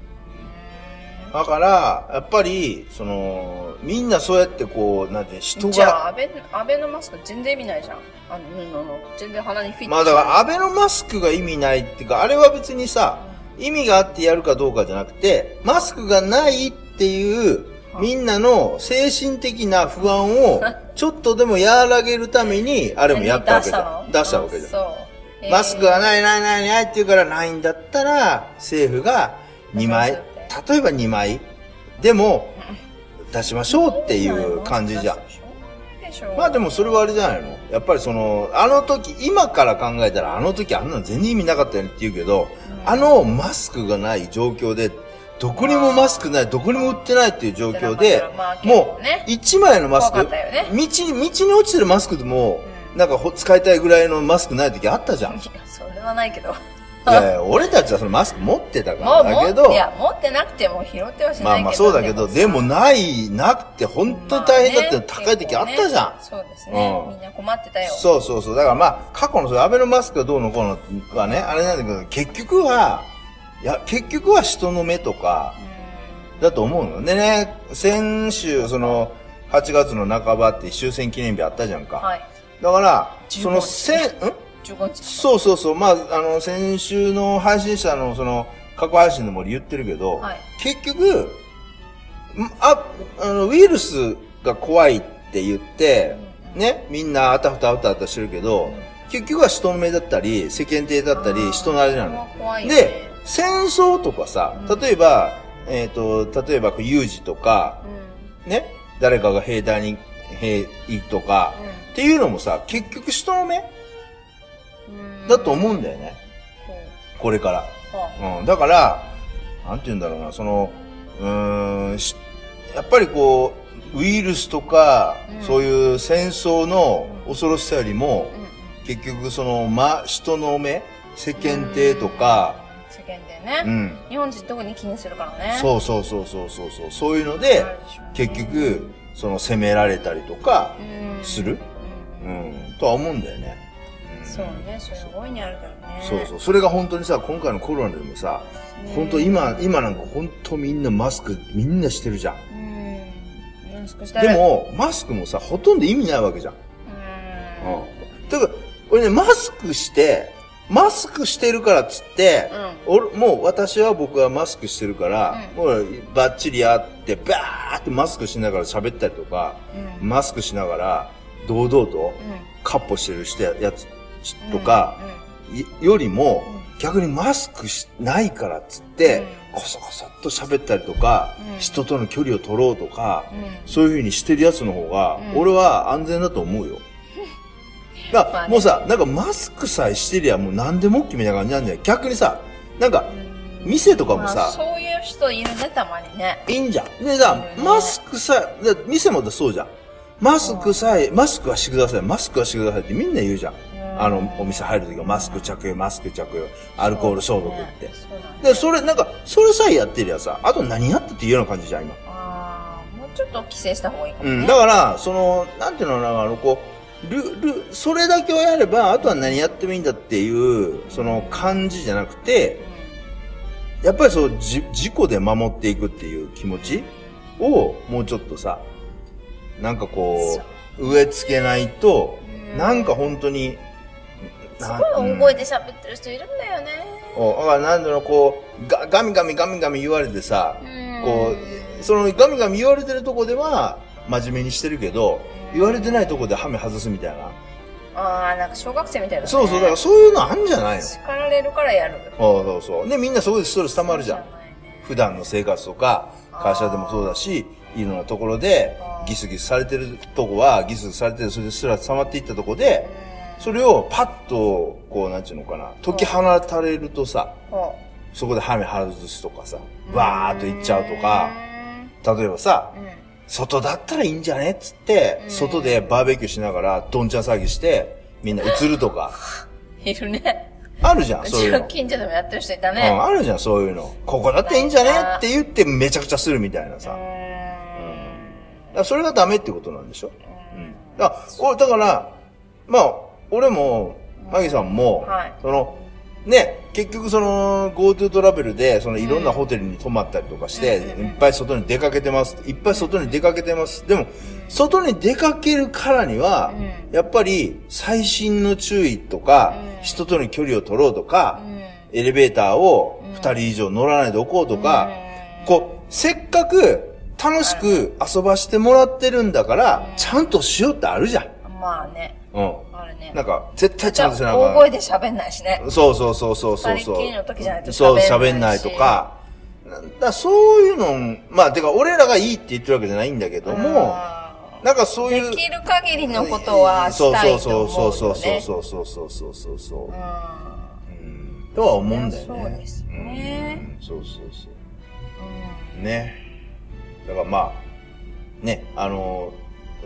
C: だからやっぱりそのみんなそうやってこうなんて人
B: じゃあ、
C: が
B: 安倍、安倍のマスク全然意味ないじゃん。あの、布の。全然鼻にフィットし
C: まあだからアベノマスクが意味ないっていうかあれは別にさ意味があってやるかどうかじゃなくてマスクがないっていうみんなの精神的な不安をちょっとでも和らげるためにあれもやったわけじゃん出したわけじゃん
B: そう。えー
C: マスクがないないないないって言うからないんだったら、政府が2枚、
B: 出し
C: 例えば2枚でも出しましょうっていう感じじゃん。。
B: でしょ
C: まあでもそれはあれじゃないのやっぱりその、あの時、今から考えたらあの時あんなの全然意味なかったよねって言うけど、あのマスクがない状況で、どこにもマスクない、どこにも売ってないっていう状況で
B: まあ、まあ
C: もう
B: ね
C: 1枚のマス
B: 怖
C: ク、道
B: かったよね
C: に、道に落ちてるマスクでも、
B: うん
C: なんかほ使いたいぐらいのマスクない時あっ
B: <laughs>
C: たじゃん。
B: いや、それはないけど。
C: いやいや俺たちはそのマスク持ってたか
B: も
C: ら
B: う
C: だ
B: 持
C: け
B: って、
C: ど
B: い、や、持ってなくても拾ってはし
C: ま
B: ないけど。
C: あまあそうだけど、でもない、なくて本当に大変だったの
B: まあね
C: 高い時あったじゃん
B: 結。構ねそうですね
C: う。ん
B: みんな困ってたよ。
C: そうそうそう。だからまあ、過去のそのアベノマスクがどうのこうのはね、あれなんだけど、結局は、いや、結局は人の目とか、だと思うの。でね、先週、その、8月の半ばって終戦記念日あったじゃんか。
B: はい。
C: だから、
B: 15
C: その、せん、ん
B: 15日。
C: そうそうそう。まあ、あの、先週の配信者の、その、過去配信でも言ってるけど、
B: はい
C: 結局、んあ、あの、ウイルスが怖いって言って、ね、みんなあたふたあたふたしてるけど、結局は人の目だったり、世間体だったり、人のあれなの。
B: 怖いよね
C: で、戦争とかさ、例えば、えっ、と、例えばこう有事とか、ね、誰かが兵隊に、兵役とか、っていうのもさ、結局人の目
B: うん
C: だと思うんだよね。
B: こ
C: これから。
B: うは
C: うん、だから、なんて言うんだろうな、その、うーん、しやっぱりこう、ウイルスとか、
B: うん
C: そういう戦争の恐ろしさよりも
B: あ、うん
C: 結局その、ま、人の目、世間体とか、
B: 世間でね、
C: うん、
B: 日本人特に気にするからねう
C: そうそうそうそうそうそう、そういうので、結局、その、責められたりとか、する、
B: う
C: うんん、とは思うんだよね。ん
B: そうねそれすごいにあるからね
C: そうそう。それが本当にさ、今回のコロナでもさ、本当今、今なんか本当みんなマスクみんなしてるじゃん。
B: うんうん少し
C: でも、マスクもさ、ほとんど意味ないわけじゃん。
B: うん
C: うん。だから、俺ね、マスクして、マスクしてるからっつって、俺、もう私は僕はマスクしてるから、もうバッチリやって、バーってマスクしながら喋ったりとか、
B: うん
C: マスクしながら、堂々と、カッポしてるしてやつとか、いよりも、逆にマスクしないからっつって、こそこそっと喋ったりとか、
B: うん
C: 人との距離を取ろうとか、
B: うんうん
C: そういう風にしてるやつの方が、
B: うん
C: 俺は安全だと思う
B: <laughs>
C: よ。だから
B: まあね
C: もうさ、なんかマスクさえしてりゃもう何でも OK みたいな感じなんじゃない逆にさ、なんか、店とかも
B: まあ、
C: さ、
B: そういう人いるねたまにね
C: いいんじゃん。でさ、
B: うん
C: マスクさえ、で店もだそうじゃん。マスクさえ、マスクはしてください、マスクはしてくださいってみんな言うじゃん。あの、お店入るときはマスク着用、マスク着用、アルコール消毒って。
B: そうだね
C: で、それ、なんか、それさえやってりゃさ、あと何やったっていうような感じじゃん、今。
B: ああもうちょっと規制した方がいいかも
C: う
B: ね
C: ん、だから、その、なんていうのかな、あの、こう、ル、ル、それだけをやれば、あとは何やってもいいんだっていう、その感じじゃなくて、やっぱりそう、じ、事故で守っていくっていう気持ちを、もうちょっとさ、なんかこう、植え付けないと、なんか本当に、
B: す
C: な
B: ごい大声で喋ってる人いるんだよね
C: おだからなんだろうこうがガミガミガミガミ言われてさ、
B: うん
C: こうそのガミガミ言われてるとこでは真面目にしてるけど言われてないとこでハメ外すみたいな、
B: ああなんか小学生みたいだね
C: そうそうだからそういうのあんじゃないの
B: 叱られるからやる
C: そうそうそうでみんなそこでストレス溜まるじゃん
B: そうないね
C: 普段の生活とか会社でもそうだしいろんなところでギスギスされてるとこはギスギスされてるそれでストレス溜まっていったとこでそれをパッとこうなんていうのかな解き放たれるとさ
B: ほ
C: そこでハメ外すとかさ
B: う
C: わーっと行っちゃうとか例えばさ、外だったらいいんじゃねっつって、外でバーベキューしながら、どんちゃん騒ぎして、みんな映るとか、
B: <laughs> うんいるね
C: あるじゃん、
B: う
C: そう
B: ち
C: いう
B: の
C: の。
B: 近所でもやってる人いた
C: うん、
B: ね
C: あるじゃん、そういうの。ここだっていいんじゃねって言って、めちゃくちゃするみたいなさ。だ
B: う
C: か
B: ん
C: らそれがダメってことなんでしょうん。だから、おだから、まあ、俺も、マギさんも、
B: はい
C: その、ね、結局その、GoTo トラベルで、そのいろんなホテルに泊まったりとかして、いっぱい外に出かけてます。いっぱい外に出かけてます。でも、外に出かけるからには、やっぱり、最新の注意とか、人との距離を取ろうとか、エレベーターを二人以上乗らないでおこうとか、こう、せっかく楽しく遊ばしてもらってるんだから、ちゃんとしようってあるじゃん。
B: まあね
C: うん。
B: あるね
C: なんか、絶対ち
B: じ
C: ゃ
B: ゃ
C: ん
B: あ
C: としなあか
B: 大
C: ん
B: 声で喋んないしね
C: そうそうそうそうそう
B: 二人
C: そ
B: っ
C: う。
B: きりの時じゃないと
C: そう、
B: 喋
C: 喋
B: ん
C: ん
B: な
C: ないい
B: し
C: とか。だからそういうの、まあ、てか、俺らがいいって言ってるわけじゃないんだけども、
B: う
C: なんかそういう。
B: できる限りのことはしたいと思うよね
C: そうそうそうそうそうそうそうそうそう。
B: ん
C: うんとは思うんだよね。
B: そうですね
C: うん。そうそうそう。ね。だからまあ、ね、あの、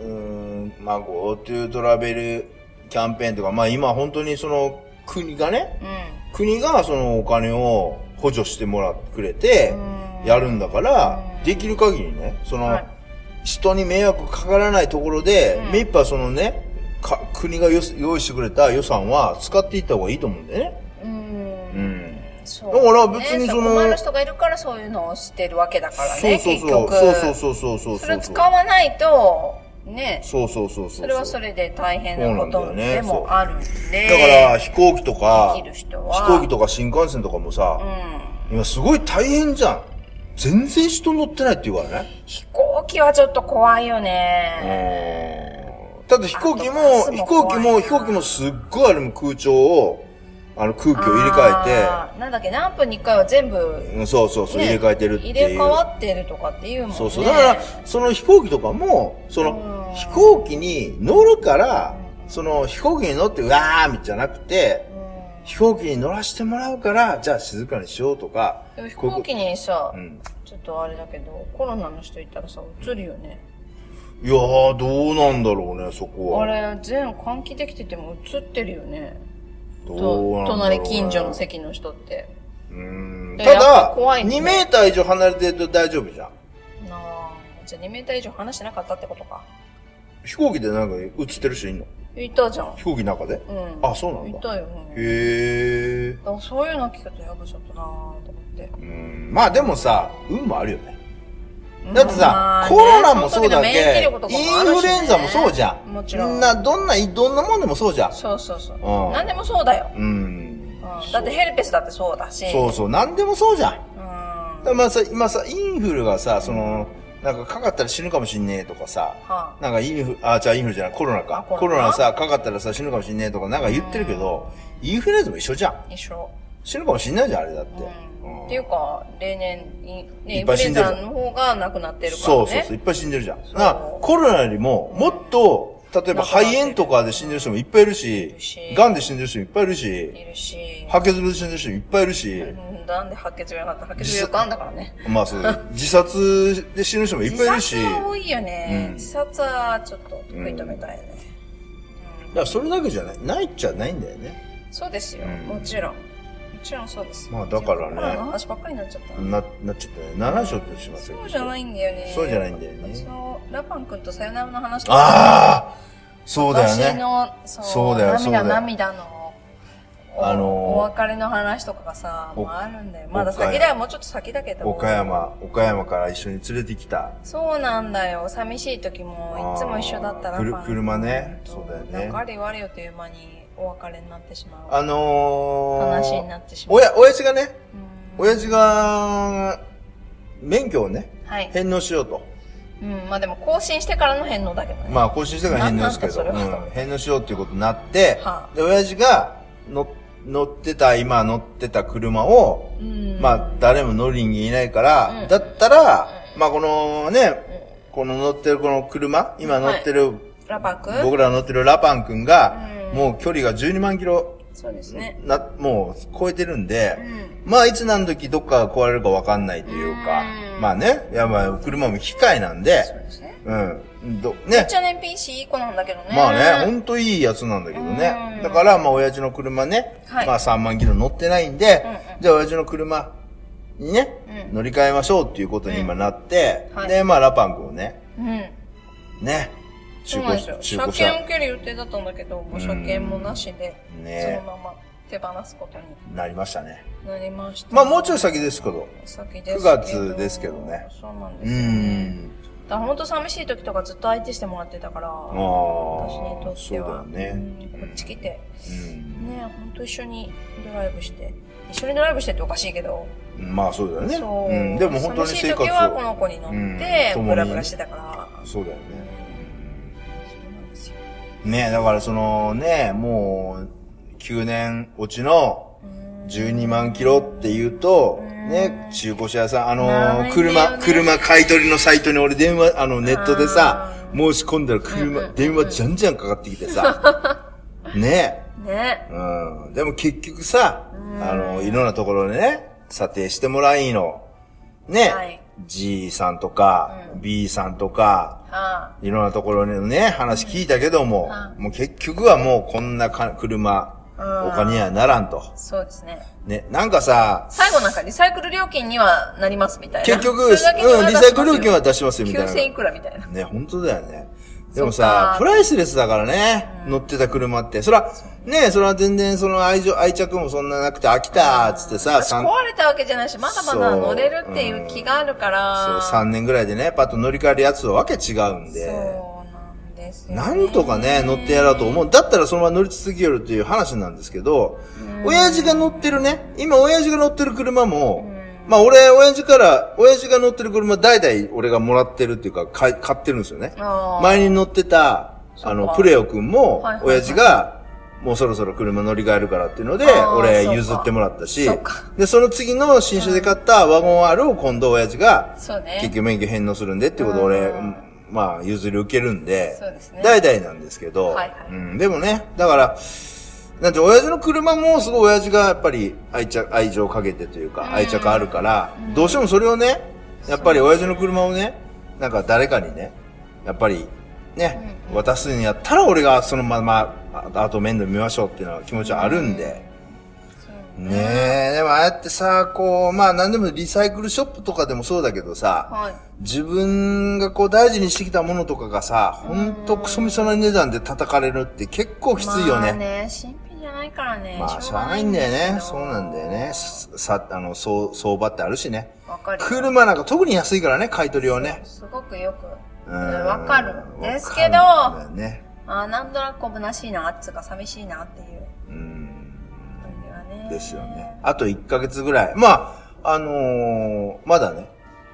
C: うーん、まあ GoTo トラベルキャンペーンとか、まあ今本当にその国がね、国がそのお金を補助してもらってくれて、やるんだから、できる限りね、その、
B: はい
C: 人に迷惑かからないところで、目いっぱいそのね、か国がよ用意してくれた予算は使っていった方がいいと思うんだよね。
B: うん
C: う
B: うん
C: ん。
B: そう
C: だから別にその
B: ね困る人がいるからそういうのをしてるわけだからね
C: そう
B: 結
C: そう
B: 局
C: そう。そうそうそうそうそう。
B: それを使わないとね
C: そうそうそうそう。
B: それはそれで大変なこ
C: そうな
B: と
C: んだよね
B: でもあるん
C: だか
B: で
C: ら飛行機とか、
B: できる
C: 飛
B: 人は
C: 行機とか新幹線とかもさ、今すごい大変じゃん。全然人乗ってないって言わない
B: 飛行機はちょっと怖いよね
C: だって飛行機も、
B: あとバスも
C: 飛行機
B: 怖い
C: も、
B: な
C: 飛行機もすっごいあれも空調を、あの空気を入れ替
B: あーなんだっけ、何分に1回は全部、
C: えて、うん、そうそうそう、
B: ね
C: 入れ替えてるっていう。
B: 入れ替わってるとかっていうもんね。
C: そうそう。だから、その飛行機とかも、その
B: う、ん
C: 飛行機に乗るから、その、飛行機に乗って、うわーみじゃなくて、
B: うん
C: 飛行機に乗らせてもらうから、じゃあ静かにしようとか。
B: でも飛行機
C: に
B: にさ、
C: うん。
B: ちょっとあれだけど、コロナの人いたらさ、映るよね。
C: いやー、どうなんだろうね、そこは。
B: あれ、全換気できてても映ってるよね。
C: ど
B: と
C: うなんだろうね
B: 隣近所の。席の人って。
C: うーん。
B: い
C: た
B: ややっ
C: だ
B: ぱ、怖いね
C: 2メーター以上離れてると大丈夫じゃん。
B: なあじゃあ2メーター以上離してなかったってことか。
C: 飛行機でなんか映ってる人いんの
B: いたじゃん。
C: 飛行機の中で
B: うん。
C: あ、そうなん
B: い
C: だ。
B: たよ。
C: へ
B: うん
C: ー。
B: だからそういうの聞くとやばちょっとなぁと思って。
C: うんまあでもさ、運もあるよね。だってさ、
B: うん
C: コロナもそうだけ、インフルエンザもそうじゃ。
B: まあねその時の免疫力とかあるしねもち
C: ん。
B: ろん。
C: な、どんな、どんなもんでもそうじゃん。
B: そうそうそう。
C: うん
B: 何でもそうだよ。
C: うん
B: うん。だってヘルペスだってそうだし。
C: そうそう、なんでもそうじゃん。だか
B: うん。
C: らまあさ、今さ、インフルがさ、その、なんかかかったら死ぬかもしんねえとかさ、
B: は
C: なんかインフル、あ、じゃあインフルじゃない、コロナか
B: あ。コロナ
C: コロナさ、かかったらさ、死ぬかもしんねえとかなんか言ってるけど、インフルエンザも一緒じゃん。
B: あ、一緒。
C: 死ぬかもしんないじゃん、あれだって。
B: うん。
C: うん
B: っていうか、例年、いね、
C: い
B: イ
C: っ
B: ン
C: ぱ
B: フル
C: い死
B: エ
C: ん
B: ン
C: でる
B: ザの方が亡くなってるからね。
C: そうそうそう、いっぱい死んでるじゃん。だ
B: う
C: からコロナよりも、もっと、例え
B: 亡
C: ば
B: くなっ
C: 肺
B: てる
C: 炎とかで死んでる人もいっぱいいるし
B: るし、
C: 癌で死んでる人もいっぱいいるし、
B: いるし。
C: 白血病で死んでる人もいっぱいいるし、
B: うんなんで白血病になった白血病がんだからね。
C: ま
B: <laughs>
C: あそう、自殺で死ぬ人もいっぱいいるし、
B: 自殺は
C: だ
B: 多いよね。
C: うん
B: 自殺はちょっと食い止めたいよね。
C: からそれだけじゃない、ないっちゃないんだよね。
B: そうですよ、
C: うん
B: もちろん。もちろんそうです。
C: まあだからね
B: コロナの話ばっかりになっちゃったな。
C: な、なっちゃったね。7章ってしますよ。。
B: そうじゃないいんだよね。
C: そうじゃないんだよね
B: そう、ラパン君とさよならの話と
C: ああそうだよ
B: 私
C: ね。
B: の、そう
C: そうだよそうだ
B: 涙涙
C: よ
B: の、お
C: あのー
B: お別れの話とかがさ、
C: お
B: まあ、あるんだよ。まだ
C: 岡山
B: 先だよ、もうちょっと先だけど。
C: 岡。山、岡山から一緒に連れてきた。
B: そうなんだよ。寂しい時も、いつも一緒だった
C: あ
B: ら
C: ーくる車ねそうだよね
B: なんかあれ言われよという間にお別れになってしまう。
C: あのー、
B: 話になってしまう。
C: おや、親父がね、
B: うん
C: 親父が、免許をね、
B: はい。
C: 返納しようと。
B: うん、まあでも更新してからの返納だけどね。
C: まあ、更新してから返納ですけど、
B: なんなんだそれは
C: うん返納しようっていうことになって、
B: はあ
C: で、親父が乗乗ってた、今乗ってた車を、
B: うん。
C: まあ、誰も乗りにいないから、
B: うん
C: だったら、まあ、このね、この乗ってるこの車、今乗ってる、
B: ラパク
C: 僕らが乗ってるラパン君が、
B: うん
C: もう距離が12万キロ、
B: そうですね。
C: な、もう超えてるんで、
B: うん。
C: まあ、いつ何時どっかが壊れるかわかんないというか、
B: うん
C: まあね、やばい、車も機械なんで、
B: そうですね。
C: うん、ど、ね
B: めっ、ちゃね、PC いい子なんだけどね。
C: まあね、ほんといいやつなんだけどね
B: う。ん
C: だから、まあ、親父の車ね、
B: はい
C: まあ、3万キロ乗ってないんで、じゃあ、親父の車にね、
B: うん
C: 乗り換えましょうっていうことに今なって、
B: うんはい
C: で、まあ、ラパン君をね、
B: うん。
C: ね、
B: そ
C: 中
B: うなん
C: 古
B: ですよ
C: 車、。
B: 車
C: 中古
B: 検
C: 車、
B: 受ける予定だったんだけど、もう車検もなしで、
C: ね
B: そのまま手放すことに
C: なりましたね。
B: なりました。
C: まあ、もうちょい先ですけど、
B: 先ですけど。
C: 9月ですけどね
B: そうなんで
C: う
B: すよね。
C: ん。
B: だからほんと寂しい時とかずっと相手してもらってたから、
C: ああ
B: 私にと、っ
C: そう
B: て
C: だ
B: は
C: よ、ね。
B: うんこっち来て、
C: うん。
B: ねほんと一緒にドライブして。一緒にドライブしてっておかしいけど。
C: まあ、そうだよね。
B: そう。
C: ん。でも、本当に
B: 寂し
C: 生
B: い
C: 活
B: 時はこの
C: を。
B: 子に乗っ
C: う
B: て、
C: ん
B: ブラブラしてたから。
C: そうだよね。
B: そうなんですよ。
C: ねだからそのね、もう、9年落ちの12万キロって言うと、ね、中古車屋さん、あのー
B: ないんだよね
C: 車、車買い取りのサイトに俺電話、あの、ネットでさ、申し込んだら車、電話じゃんじゃんかかってきてさ、
B: <laughs>
C: ね
B: ね。
C: うん。でも結局さ、あの、いろんなところでね、査定してもらいいの。ね、
B: はい
C: G さんとか、B さんとか、
B: あ
C: いろんなところのね、話聞いたけども、もう結局はもうこんなか車、お金にはならんと。
B: あ、そうですね。
C: ね、なんかさ、
B: 最後なんかリサイクル料金にはなりますみたいな。
C: 結局、う
B: <laughs>
C: ん、
B: そ
C: リ
B: れだけには出します
C: サイクル料金は
B: よ
C: 出しますよ、みたいな。
B: 9000いくらみたいな。
C: ね、本当だよね。でも
B: そっ
C: さ
B: か、
C: プライスレスだからね、乗ってた車って。そら、ね、それは全然その愛情、愛着もそんななくて飽きたーっつってさ、
B: 私
C: さん
B: 壊れたわけじゃないし、まだまだ
C: そう
B: 乗れるっていう気があるから。
C: そう3年ぐらいでね、パッと乗り換えるやつとわけ違うんで。
B: そうなんですよ、ね。
C: なんとかね、乗ってやろうと思う。だったらそのまま乗り続けるっていう話なんですけど、親父が乗ってるね、今親父が乗ってる車も、まあ俺、親父から、親父が乗ってる車代々俺がもらってるっていうか、買い買ってるんですよね。
B: あー
C: 前に乗ってた、あ
B: そっ
C: の、
B: か
C: プレオくんも
B: はいはい、はい
C: 親父が、もうそろそろ車乗り換えるからっていうので
B: あー、そ
C: 俺
B: うか
C: 譲ってもらったし
B: そうか、
C: で、その次の新車で買ったワゴン R を今度親父が、
B: そうね。
C: 結局免許返納するんでってことを俺、
B: あー
C: うんまあ、譲り受けるんで、
B: そうですね
C: 代々なんですけど、
B: はいはい
C: うん、でもね、だから、なんて、親父の車もすごい親父がやっぱり愛着、愛情をかけてというか、愛着あるから、どうしてもそれをね、やっぱり親父の車をね、なんか誰かにね、やっぱり、ね、渡すんやったら俺がそのまま、ああと面倒見ましょうっていうのは気持ちはあるんで、ねえ、でもああやってさ、こう、まあ何でもリサイクルショップとかでもそうだけどさ、
B: はい。
C: 自分がこう大事にしてきたものとかがさ、ほんとクソみその値段で叩かれるって結構きついよ
B: まあ
C: ね。
B: ね、新品じゃないからね。
C: まあ、し
B: しょ
C: ょう
B: う
C: が
B: が
C: な
B: ないい
C: ん
B: ん
C: だ
B: だ
C: よ
B: よ
C: ね
B: ね。。
C: そうなんだよね。さ、さあの、そう、相場ってあるしね。
B: わかる。
C: 車なんか特に安いからね、買い取りをね。
B: すごくよく。
C: う
B: わかるんですけど、
C: わかるんだよね。
B: あーなんとなく虚しいな、っつうか寂しいなっていう
C: うん。
B: 感じはね。
C: ですよね。。あと1ヶ月ぐらい。まあ、あのーまだね、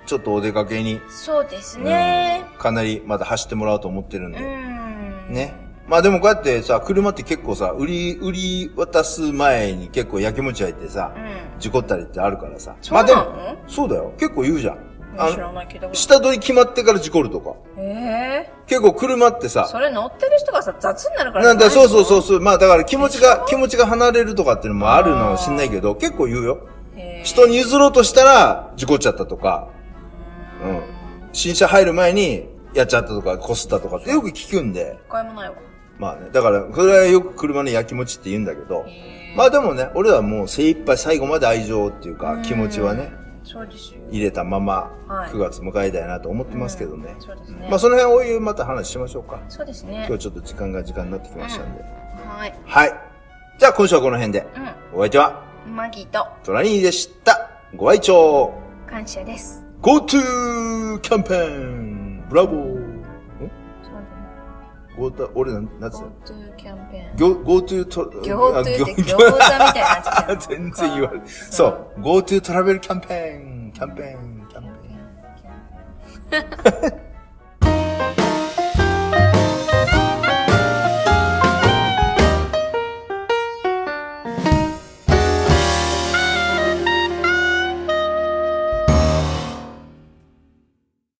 C: ちょっとお出かけに
B: そうですね。
C: かなりまだ走ってもらおうと思ってるん
B: う
C: で。
B: ん。
C: ね。まあでもこうやってさ、車って結構さ、売り、売り渡す前に結構やきもち焼いてさ
B: う、ん。
C: 事故ったりってあるからさ。
B: そうな
C: まあ
B: の
C: でも、そうだよ。結構言うじゃん。あ
B: 知ら
C: の、
B: ないけど。
C: 下取り決まってから事故るとか。
B: ええ
C: 結構車って
B: ー。そ
C: さ、
B: れ乗ってる人がさ、雑になるからじ
C: な
B: ゃ
C: ん
B: ない
C: だ、
B: の
C: そうそうそうそう。まあだから気持ちが、気持ちが離れるとかっていうのもあるのかもしんないけど、結構言うよ。
B: へー
C: 人に譲ろうとしたら、事故っちゃったとか、うん。新車入る前に、やっちゃったとか、こすったとかってよく聞くんで、
B: 買いもないわ。
C: まあね。だから、それはよく車のやきもちって言うんだけど、まあでもね、俺はもう精一杯最後まで愛情っていうか、気持ちはね、
B: そうですよ。
C: 入れたまま、
B: はい
C: 9月迎えたいなと思ってますけどね。
B: そうですね。
C: まあその辺お湯また話しましょうか。
B: そうですね
C: 今。日ちょっと時間が時間になってきましたんで。
B: はい。
C: はい。じゃあ今週はこの辺で。お相手は、
B: うん。マギーと
C: トラニーでした。ご愛聴
B: 感謝です。
C: !GoTo キャンペーンブラボー
B: そ
C: ん
B: うだね。
C: ゴータ、俺なん、なんつうの
B: GoTo キャンペーン。
C: Go- GoTo トラ、
B: GoTo って
C: あ
B: 餃子
C: Go-
B: みたいになっち
C: <laughs>
B: ゃう
C: 全然言われそう。GoTo トラベルキャンペーン、キャンペーン、キャンペーン。